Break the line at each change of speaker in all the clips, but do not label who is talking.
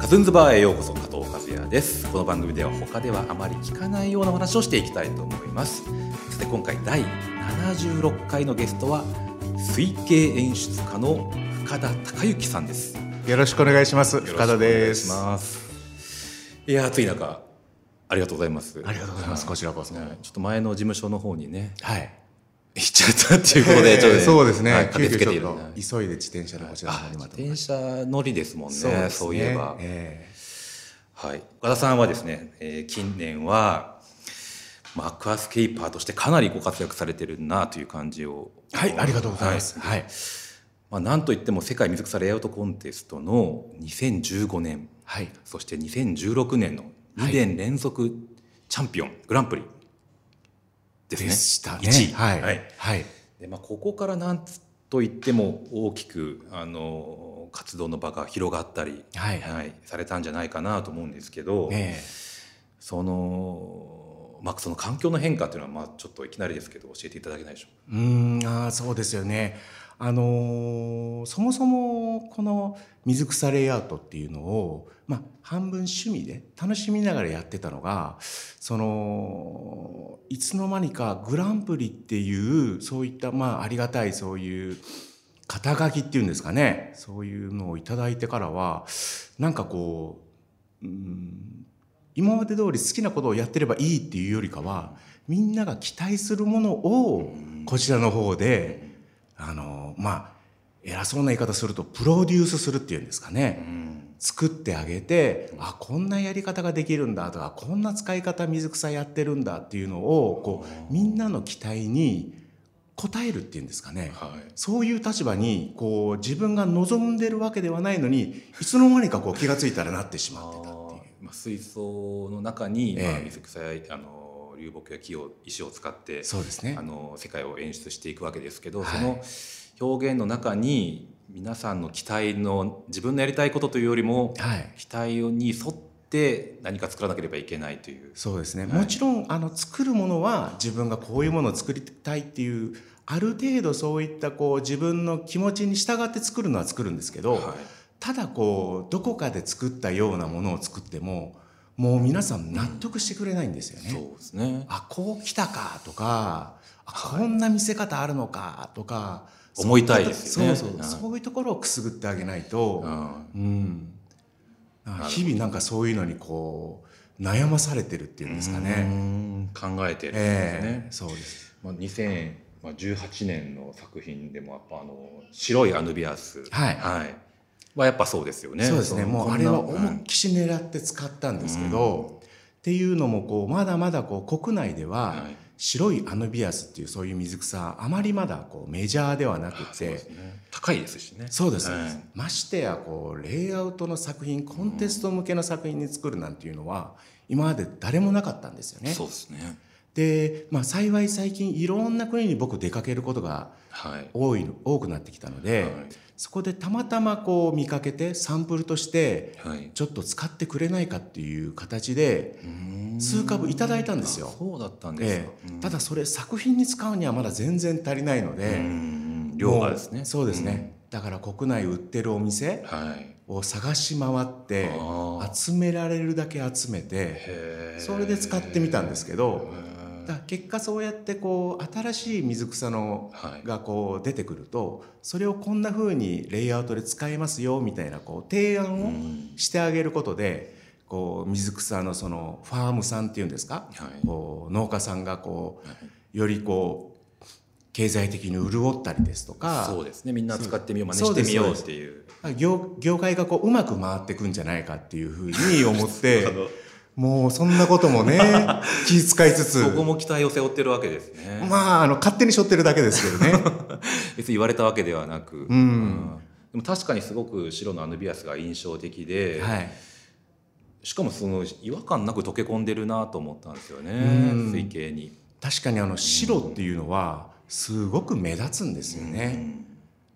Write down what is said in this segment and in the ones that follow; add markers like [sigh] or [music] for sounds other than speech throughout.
カズンズバーへようこそ加藤和也ですこの番組では他ではあまり聞かないようなお話をしていきたいと思いますさて今回第76回のゲストは水景演出家の深田隆之さんですよ
よろしくお願いしま
ろ
す。
しく
深田です。
お願いし
あ
ますいや暑い中ありがとうございます
りがとうございます。こちらこそ。
はいちょっと前の事務所の方にね [laughs]
はい。
行っちゃったっていうこと
え
で
ー
ちょっと、
そうですね。
はい
急
駆けつ
遽
けて
ち
いる
ょっ
んで
と急いで自転車でこちらの方
あ
にまた。
電車乗りですもんねそう
ですね
いえば、
えー
はい、岡田さんはですね、えー近年は、まあ、アクアスケーパーとしてかなりご活躍されてるなという感じを
はい、ありがとうございます。
は
はい。
まあ、なんといっても世界水草レイアウトコンテストの2015年
はい。
そして2016年の2年連続チャンピオン、グランプリですね
でしたね。
1位
はい。
は
はいい。はい。
でまあ、ここからなんといっても大きくあの活動の場が広がったり、
はい。
はい、されたんじゃないかなと思うんですけど、
ね
その,、まあ、その環境の変化っていうのは、まあ、ちょっといきなりですけど教えていただけないでしょ
えうーん、ああ、そうですよね。あのーそもそもこの水草レイアウトっていうのを、まあ、半分趣味で楽しみながらやってたのがそのいつの間にかグランプリっていうそういった、まあ、ありがたいそういう肩書きっていうんですかねそういうのをいただいてからはなんかこううん今まで通り好きなことをやってればいいっていうよりかはみんなが期待するものをこちらの方であのまあ偉そうな言い方するとプロデュースするっていうんですかね。
う。うん
作ってあげて、あこんなやり方ができるんだとかこんな使い方水草やってるんだっていうのをこうみんなの期待に応えるっていうんですかね、
はい
そういう立場にこう自分が望んでるわけではないのにいつの間にかこう気がついたらなってし
あ
まってたっていう
ー。まあ、水槽の中に、
ええ
まあ、水草やあの流木や木を石を使って
そうですね
あ。の世界を演出していくわけですけど、
はい
その表現の中に皆さんの期待の自分のやりたいことというよりも
はい。
期待に沿って何か作らなければいけないという。
そうですね、
はい
もちろんあの作るものは自分がこういうものを作りたいっていうある程度そういったこう自分の気持ちに従って作るのは作るんですけど、
はい
ただこうどこかで作ったようなものを作ってももう皆さん納得してくれないんですよね。
そうですね。
あこう来たかとか、あこんな見せ方あるのかとか
思いたいですよね
そうそう
はい
そういうところをくすぐってあげないと、
うん
うん、日々なんかそういうのにこう悩まされてるっていうんですか
う
ね。
ん考えてるんですね。
ええそうです。
まあ、2018年の作品でもやっぱあの白いアヌビアス
はい
はい、はやっぱそうですよね。
そうですね。
の
もう
こ
あ
ん
れ
な
は思いっきし狙って使ったんですけど、っていうのもこうまだまだこう国内では、
はい
白いアヌビアスっていうそういう水草あまりまだこうメジャーではなく
あそう
て
ですね高いですしね。
そうです、
はい
ましてやこうレイアウトの作品コンテスト向けの作品に作るなんていうのは今まで誰もなかったんですよね。
そうですね。
で、まあ、幸い最近いろんな国に僕出かけることが
はい。
多い多くなってきたので、そこでたまたまこう見かけてサンプルとして
はい。はい
ちょっと使ってくれないかっていう形で
うん
数株いただいたんですよ
あそうだったんです
え
か。
え
うん
ただそれ作品に使うにはまだ全然足りないので。
うん量がです
も
ね。
うそうですね、だから国内売ってるお
う
店
ん。はい。
を探し回って
あー
集められるだけ集めて
へえ
それで使ってみたんですけど
へえ
だから結果そうやってこう新しい水草の
はい。
がこう出てくるとそれをこんな風にレイアウトで使えますよみたいなこう提
う
案を
ん
してあげることでこう水草のそのファームさんっていうんですか
はい
こう農家さんがこ
はいう
よりこう経済的に潤ったりですとか
そうですね。みんな使ってみよう、真似
そう
して
です
みようっていう。
業業界がこううまく回ってくんじゃないかっていうふうに思っ
あ
て
の
もうそんなこと
[laughs]
もね気遣いつつ
そこも期待を背負ってるわけですね。
まああの勝手に背負ってるだけですけど
[laughs]
ね
別に言われたわけではなく、
うん
でも確かにすごく白のアヌビアスが印象的で、
はい
しかもその違和感なく溶け込んでるなと思ったんですよね、
うん
水系に。
確かにあの白っていうのはすごく目立つんですよね、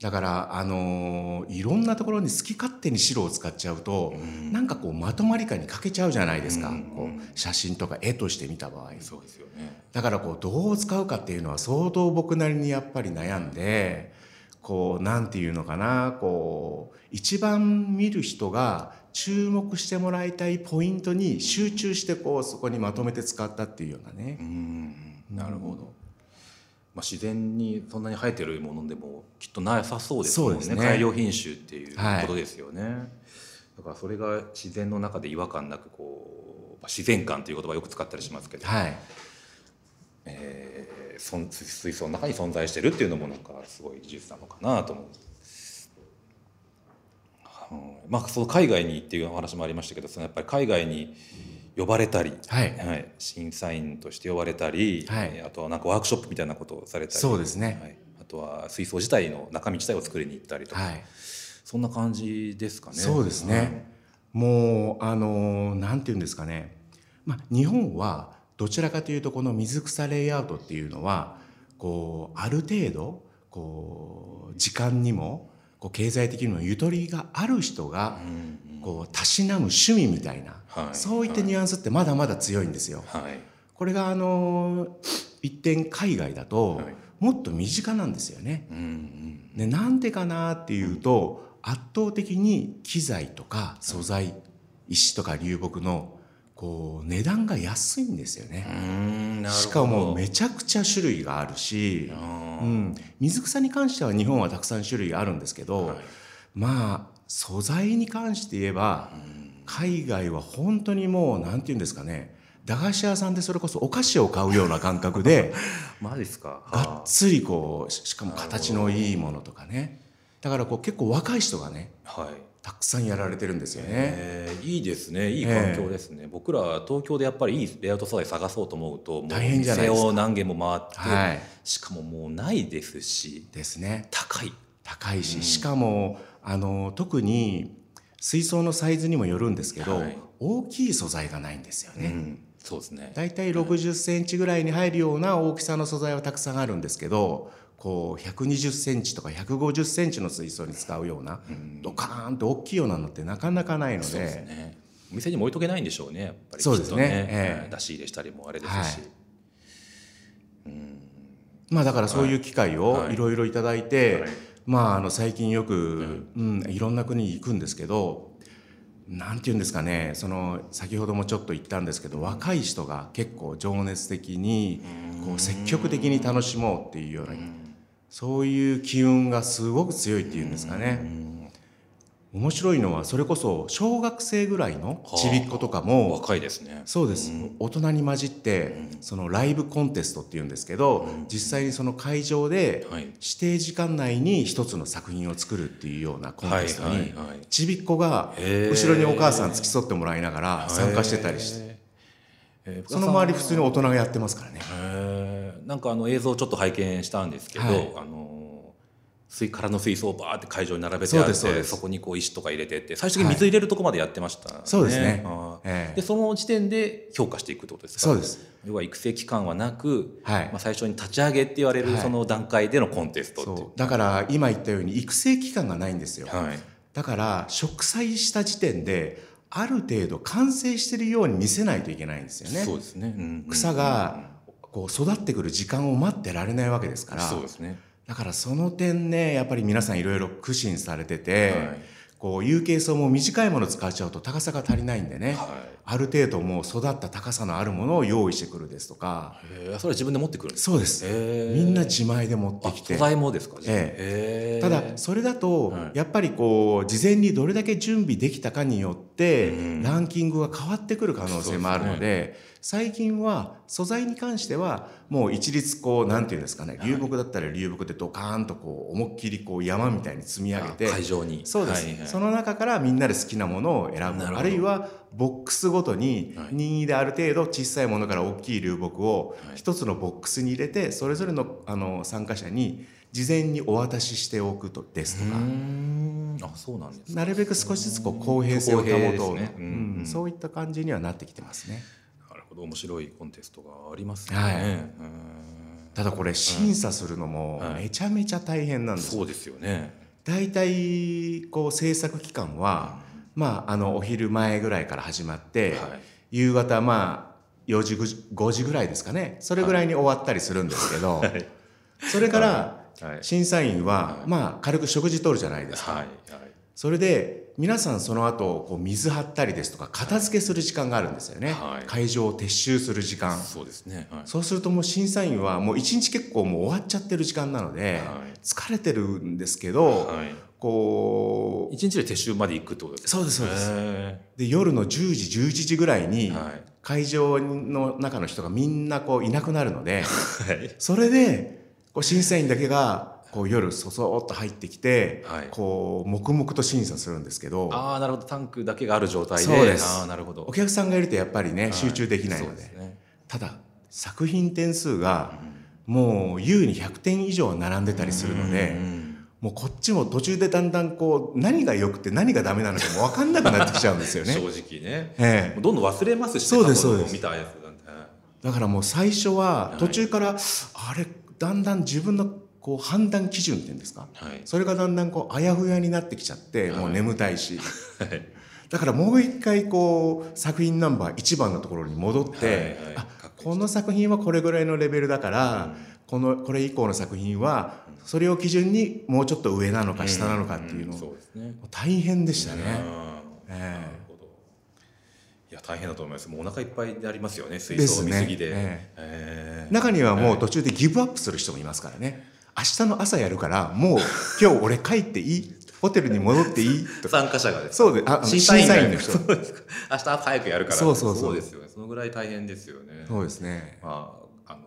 だからあのーいろんなところに好き勝手に白を使っちゃうと、
うん
なんかこうまとまり感に欠けちゃうじゃないですか、
うん
こう写真とか絵として見た場合
そうですよね。
だからこうどう使うかっていうのは相当僕なりにやっぱり悩んでこうなんていうのかなこう一番見る人が注目してもらいたいポイントに集中してこうそこにまとめて使ったっていうようなね
う。んなるほど、まあ、自然にそんなに生えてるものでもきっとなさそうですもんね
そうですね
改良品種っていう
はい
ことですよね、だからそれが自然の中で違和感なくこう、まあ自然感という言葉をよく使ったりしますけど、
はい、
えーそん水水槽の中に存在してるっていうのもなんかすごい技術なのかなと思う。うんまあ、その海外にっていうお話もありましたけどそのやっぱり海外に呼ばれたり、
はい
審査員として呼ばれたり、
はい
えーあとはなんかワークショップみたいなことをされたり
そうですね
はいあとは水槽自体の中身自体を作りに行ったりとか、
はい
そんな感じですかね。
そうですね。もうあのなんていうんですかね。まあ日本はどちらかというとこの水草レイアウトっていうのはこうある程度こう時間にもこう経済的にもゆとりがある人が
うんうん
こうたしなむ趣味みたいな、
はい
そういったニュアンスってまだまだ強いんですよ。
はい
これがあの一点海外だと
はい
もっと身近なんですよね。
うんうん
ね、なんでかなっていうと、圧倒的に機材とか素材、石とか流木のこう値段が安いんですよ
う
ね。
んなるほど
しかもめちゃくちゃ種類があるし、
あ
う
ー
ん、水草に関しては日本はたくさん種類があるんですけど、
はい
まあ素材に関して言えば
うん
海外は本当にもうなんて言うんですかね駄菓子屋さんでそれこそお菓子を買うような感
[laughs]
覚で。
マジですか。
がっ
は
つりこうししかも形のいいものとかねだからこう結構若い人がね
あはい。
たくさんやられてるんですよね、
えーいいですね。いい環境ですね。僕ら東京でやっぱりいいレイアウト素材探そうと思うと、もう
大変じゃない
店
ですか
を何軒も回って、
はい
しかももうないですし、
ですね
高い。
高いし、
うん
しかもあの特に水槽のサイズにもよるんですけど、
はい
大きい素材がないんですよ
う
ね、
んそうですね。
だいたい6 0センチぐらいに入るような大きさの素材はたくさんあるんですけどこう1 2 0センチとか1 5 0センチの水槽に使うような、
うん
ドカーンと大きいようなのってなかなかないの
そうですね。お店にも置いとけないんでしょうね。やっぱり
そうですね
きっと
ええ
出し入れしたりもあれですし。
はいまあだからそういう機会を
はい
いろいろいただいて、
はい
まああの最近よく、うん、いろんな国に行くんですけど、なんて言うんですかね、その先ほどもちょっと言ったんですけど、若い人が結構情熱的にこう積極的に楽しもうっていうような、そういう機運がすごく強いっていうんですかね。面白いのはそれこそ小学生ぐらいのちびっ子とか
うん
も
若いですね。
そうです、大人に混じってそのライブコンテストっていうんですけど、実際にその会場で
はい。
指定時間内に一つの作品を作るっていうようなコン
はい
テスト
はい
に
はい。
ちびっこが
へー
後ろにお母さん付き添ってもらいながら参加してたりして
て。えー
その周り普通に大人がやってますからね
へーなんかあの映像をちょっと拝見したんですけど、
はい
あの水からの水槽をバーって会場に並べてあ
そう
って
ですそう
そ
です
こにこう石とか入れてって最終的に水入れるとこまでやってました、ね
そうですね
あー
ええ
でその時点で評価していくってことですか
そうです
要は育成期間はなく、
はい
まあ、最初に立ち上げって言われる
はい
その段階でのコンテストっていう
そうだから今言ったように育成期間がないんですよ
はい
だから植栽した時点である程度完成してるように見せないといけないんですよ
そう
ね
ですね、うんうん
草がこう育ってくる時間を待ってられないわけですから
そうですね、
だからその点ねやっぱり皆さんいろいろ苦心されてて、
はい
こう有形層も短いもの使っちゃうと高さが足りないんで
は
ね、
い
ある程度もう育った高さのあるものを用意してくるですとか、
えーそれは自分で持ってくるんですか
そうです、
えー
みんな自前で持って
あ
き
素
て
材もですか、じゃあえー
えただそれだと
はい
やっぱりこう事前にどれだけ準備できたかによって
うん
ランキングが変わってくる可能性もある
そ
の
う
で最近は素材に関してはもう一律こうなんていうんですかね流木だったら流木でドカーンとこう思いっきりこう山みたいに積み上げて
あ会場に
そうです、
はいはい
その中からみんなで好きなものを選ぶ
なるほど
あるいはボックスごとに
はい
任意である程度小さいものから大きい流木を
はい
一つのボックスに入れてそれぞれのあの参加者に事前にお渡ししておくとですと
うー
か。
んあそうなんですね
なるべく少しずつこう公平性を保とう
公平です
と、
ねうん
うんそういった感じにはなってきてますね。
なるほど面白いコンテストがありますね、
はいう
ー
ただこれ審査するのも
はい
めちゃめちゃ大変なん
ん
ですよ。
そうですよね
大体こう制作期間は、まああのお昼前ぐらいから始まって、
はい
夕方まあ4時5時5時ぐらいですかねそれぐらいに終わったりするんですけど、それから
はい
審査員は
は、い
まあ、軽く食事取るじゃないですか。
はい
それで、皆さんその後、こう水張ったりですとか、片付けする時間があるんですよね。
はい
会場を撤収する時間。
そうですねはい
そうするともう審査員はもう一日結構もう終わっちゃってる時間なので、
はい
疲れてるんですけど、
はい
こう、
一日で撤収まで行くってことです
そうですそうです。
ね
で、夜の10時、11時ぐらいに、
はい
会場の中の人がみんなこういなくなるので、
[laughs] はい
それで、こう審査員だけが、こう夜そそーっと入ってきて、
はい
こう黙々と審査するんですけど、
ああなるほどタンクだけがある状態で
そうです
ああなるほど
お客さんがいるとやっぱりね、集中できない
は
の
そう
で。
すね
ただ、作品点数がもう優に100点以上並んでたりするので、
うん
もうこっちも途中でだんだんこう何が良くて何がダメなのかも分かんなくなってきちゃうん
[laughs]
ですよね。
正直ね
え
もうどんどん忘れますしね
そうです
過去の
そうです
見たやつなんてはい
え、だからもう最初
は
はい途中から、あれだんだん自分のこう判断基準っていうんですか
はい
それがだんだんこうあやふやになってきちゃって、
はい
もう眠たいしだからもう一回こう作品ナンバー1番のところに戻って、
はいはい
あ
確認
この作品はこれぐらいのレベルだから、このこれ以降の作品はそれを基準にもうちょっと上なのか下なのかっていうのを、
んそうですね
大変でした
う
ね。
ん
ええ
なるほどいや大変だと思いますもうお腹いっぱいでありますよね水
で
槽
す
見
ね
すぎで
ええ
ええ
中にはもう途中でギブアップする人もいますからね明日の朝やるからもう今日俺帰っていいホテルに戻っていいとか
参加者がです
そうでああの
審査員
審査員
の
の
人
人
そうですか明日早くやるから
そうそうそう
ですよねそのぐらい大変ですよね
そうですね
まああの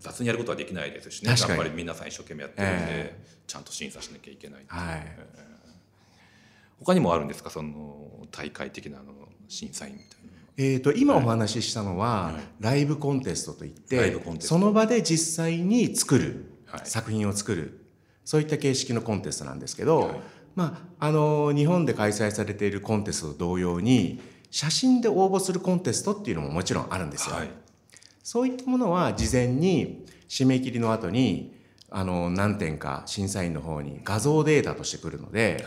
雑にやることはできないですしね
確か
やっ
に
ぱり皆さん一生懸命やってるんで、
え
ちゃんと審査しなきゃいけない
はい
他にもあるんですかその大会的なあの審査員みたいな
えー、と今お話ししたのは、
はい
ライブコンテストといっ
ライブ
て
コンテスト
その場で実際に作る、
はい
作品を作るそういった形式のコンテストなんですけど、
はい
まあ、あの日本で開催されているコンテストと同様に写真で応募するコンテストっていうのももちろんあるんですよ。
はい
そういったものは事前に締め切りの後にあの何点か審査員の方に画像データとしてくるので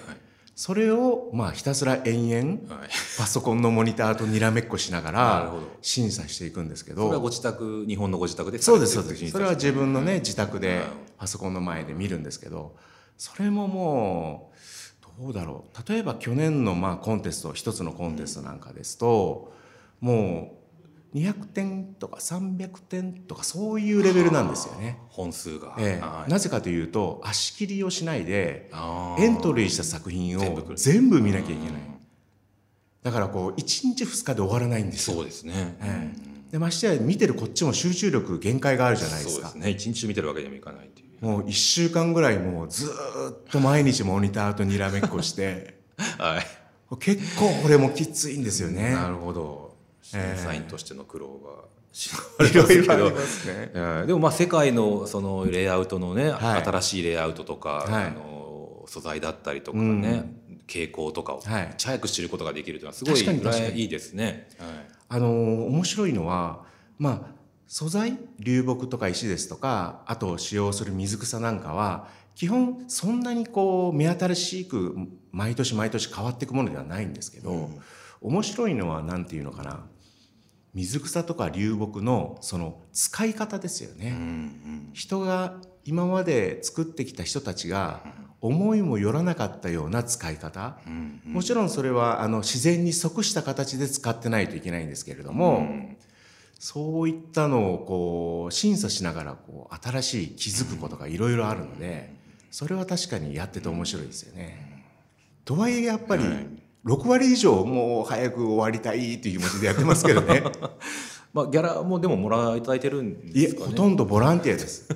それをまあひたすら延々
はい、はい、
パソコンのモニターとにらめっこしなが
[laughs] なる
ら
ほど
審査していくんですけ
それは
ど
ご自宅日本のご自宅で
そうですそ
さ
う
れてる
です
審査
それは自分のね自宅
は
で
い
パソコンの前で見るんですけどそれももうどうだろう例えば去年のまあコンテスト一つのコンテストなんかですともう200点とか300点とかそういうレベルなんですよね。
本数が、
え
は
え、
い
なぜかというと足切りをしないで
あー
エントリーした作品
全部来
を
る
全部見なきゃいけない
うん
だからこう1日2日で終わらないんですよ
そうですね、
え
うん
えでましてや見てるこっちも集中力限界があるじゃない
そ
です
うで
か
すね一日中見てるわけにもいかないっていう
もう1週間ぐらいもうずーっと毎日モニターとにらめっこして
[laughs] はい
結構これもきついんですよね
なるほど審
ええ
査員としての苦労が忍ば
い
れま
ろ
す
い
け
ろあ
ど
りますね
ええでもまあ世界のそのレイアウトのね、
はい
新しいレイアウトとか、
はい
あの素材だったりとかね、傾向とかをい
はい
ち早く知ることができるというのはすごい
確かに確かに
羨いいですね。はい
あのー面白いのはまあ素材流木とか石ですとかあと使用する水草なんかは基本そんなにこう目新しく毎年毎年変わっていくものではないんですけど、
うん
面白いのは何ていうのかな水草とか流木のその使い方ですよね。
うん
人が今まで作ってきた人たちが思いもよらなかったような使い方、
うんうん
もちろんそれはあの自然に即した形で使ってないといけないんですけれど
う
も、
ん
そういったのをこう審査しながらこう新しい気づくことがいろいろあるのでそれは確かにやってて面白いですよね。とはいえやっぱり
はい
6割以上もう早く終わりたいっていう気持ちでやってますけどね
まあギャラもでももらいただいてるん
い
です
え
か
ほ
ね。
とんどボランティアです。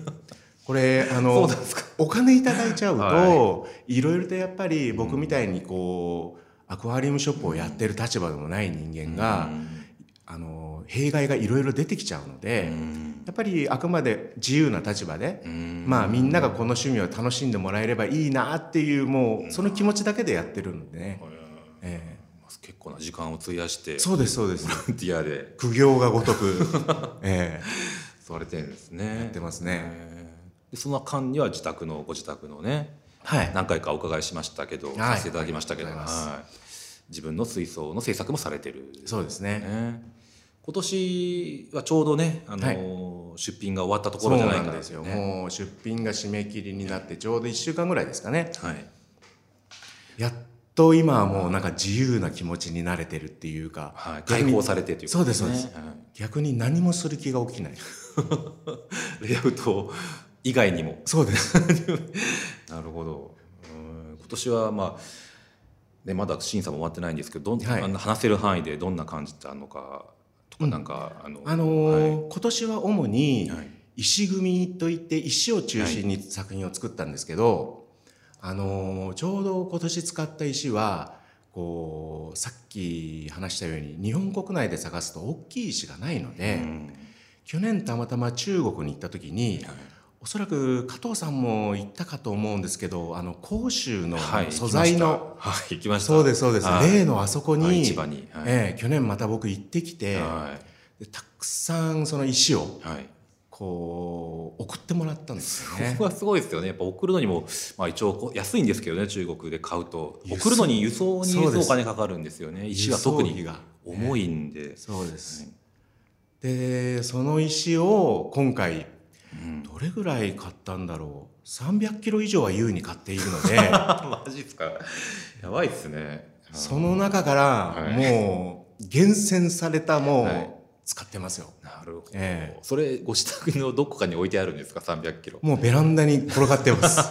[laughs]
これあの
そうなんですか
お金いただいちゃうといろいろとやっぱり僕みたいにこうアクアリウムショップをやってる立場でもない人間があの弊害がいろいろ出てきちゃうので。
うん
やっぱりあくまで自由な立場で、
うん
まあみんながこの趣味を楽しんでもらえればいいなっていうもうその気持ちだけでやってるのでね、え
結構な時間を費やして
えそうですそ
[laughs]
うです
ボランティアで
苦行がごとく、
[laughs]
え
されてるんですね。や
ってますね
でその間には自宅のご自宅のね
えはい
何回かお伺いしましたけど、
い
させていただきましたけど、
ありがとうござい
はい、自分の水槽の制作もされてる、
そうですね
ね。今年はちょうどね、あのーの出品が終わったところじゃないから、
そうなんですよ、もう出品が締め切りになってちょうど1週間ぐらいですかね
はい、
やっと今はもうなんか自由な気持ちになれてるっていうか、
はい、
逆に
解放されてということですね。
そうですそう逆に何もする気が起きない
はいレイアウト以外にも。
そうです
[laughs] なるほど。うん今年はまあ。ね、まだ審査も終わってないんですけど、どん
はい
あの話せる範囲でどんな感じなのか。とか、なんか、あの。
あのー今年は主に
はい
石組といって石を中心に作品を作ったんですけど、あのーちょうど今年使った石はこうさっき話したように日本国内で探すと大きい石がないので、
うん
去年たまたま中国に行った時に
はい
おそらく加藤さんも行ったかと思うんですけどあの甲州の
はい、
素材の、
行きましたはい、行きました。
そうですそうです、
はい
例のあそこに、
はい市場に。はい
ええ去年また僕行ってきて、
は
でたくさんその石を
い。はい。
こう送ってもらったんですよ
こ
ね
こ。はすごいですよね。やっぱ送るのにも、まあ一応こう安いんですけどね、中国で買うと。
輸送
送るのに輸送にす
そう
ご
で
い
す
お金かかるんですよね。石は特
輸送費
に
が
重いんで。
そうです、
はい
でその石を今回
うん
どれぐらい買ったんだろう300キロ以上は優に買っているので
マジですか。やばいっすね。
その中から
はい
もう厳選されたも
はい
を使ってますよ。
なるほど。
え
それご自宅のどこかに置いてあるんですか、300キロ。
もうベランダに転がっ
[laughs]
てます。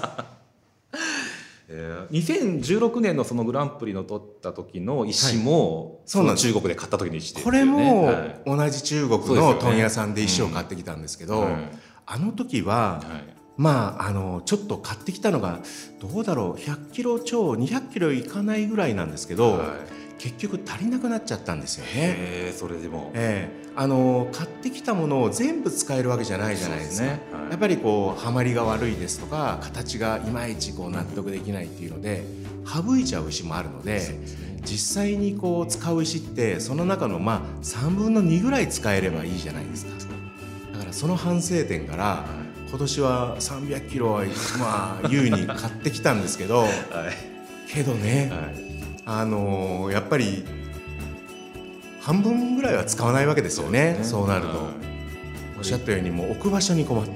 えー2016年のそのグランプリの取った時の石も、
そうなんです
中国で買った時の石です
こ
よね
れも
はい
同じ中国
そうですよ
の
ね
問屋さんで石を買ってきたんですけど、
はい
あの時は
はい
まあ、あのちょっと買ってきたのがどうだろう100キロ超200キロいかないぐらいなんですけど、
はい
結局足りなくなっちゃったんですよね。
えーそれでも、
ええあの買ってきたものを全部使えるわけじゃないじゃないですか。
そうですねはい
やっぱりこうはまりが悪いですとか形がいまいちこう納得できないっていうので省いちゃう石もあるので実際にこう使う石ってその中のまあ3分の2ぐらい使えればいいじゃないですか。だからその反省点から
は
今年は300キロはまあ優に買ってきたんですけど
はい
けどね、
はい
あのーやっぱり半分ぐらいは使わないわけですよねそうなると、
はい
おっしゃったようにもう置く場所に困って、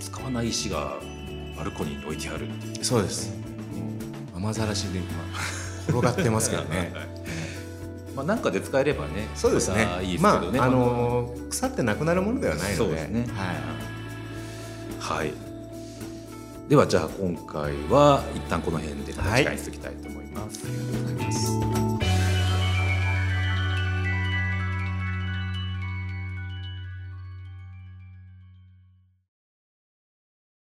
使わない石がバルコニーに置いてあるっていう
そうです雨ざらしで [laughs] 今転がってますけどね
まあ、なんかで使えればね
そうですね
またいいですけ
ま
どね、
あ、あのー腐ってなくなるものではないので
そうですね
は
はい。ではじゃあ今回は一旦この辺でまた
はい
次回にしていきたいと思います。
い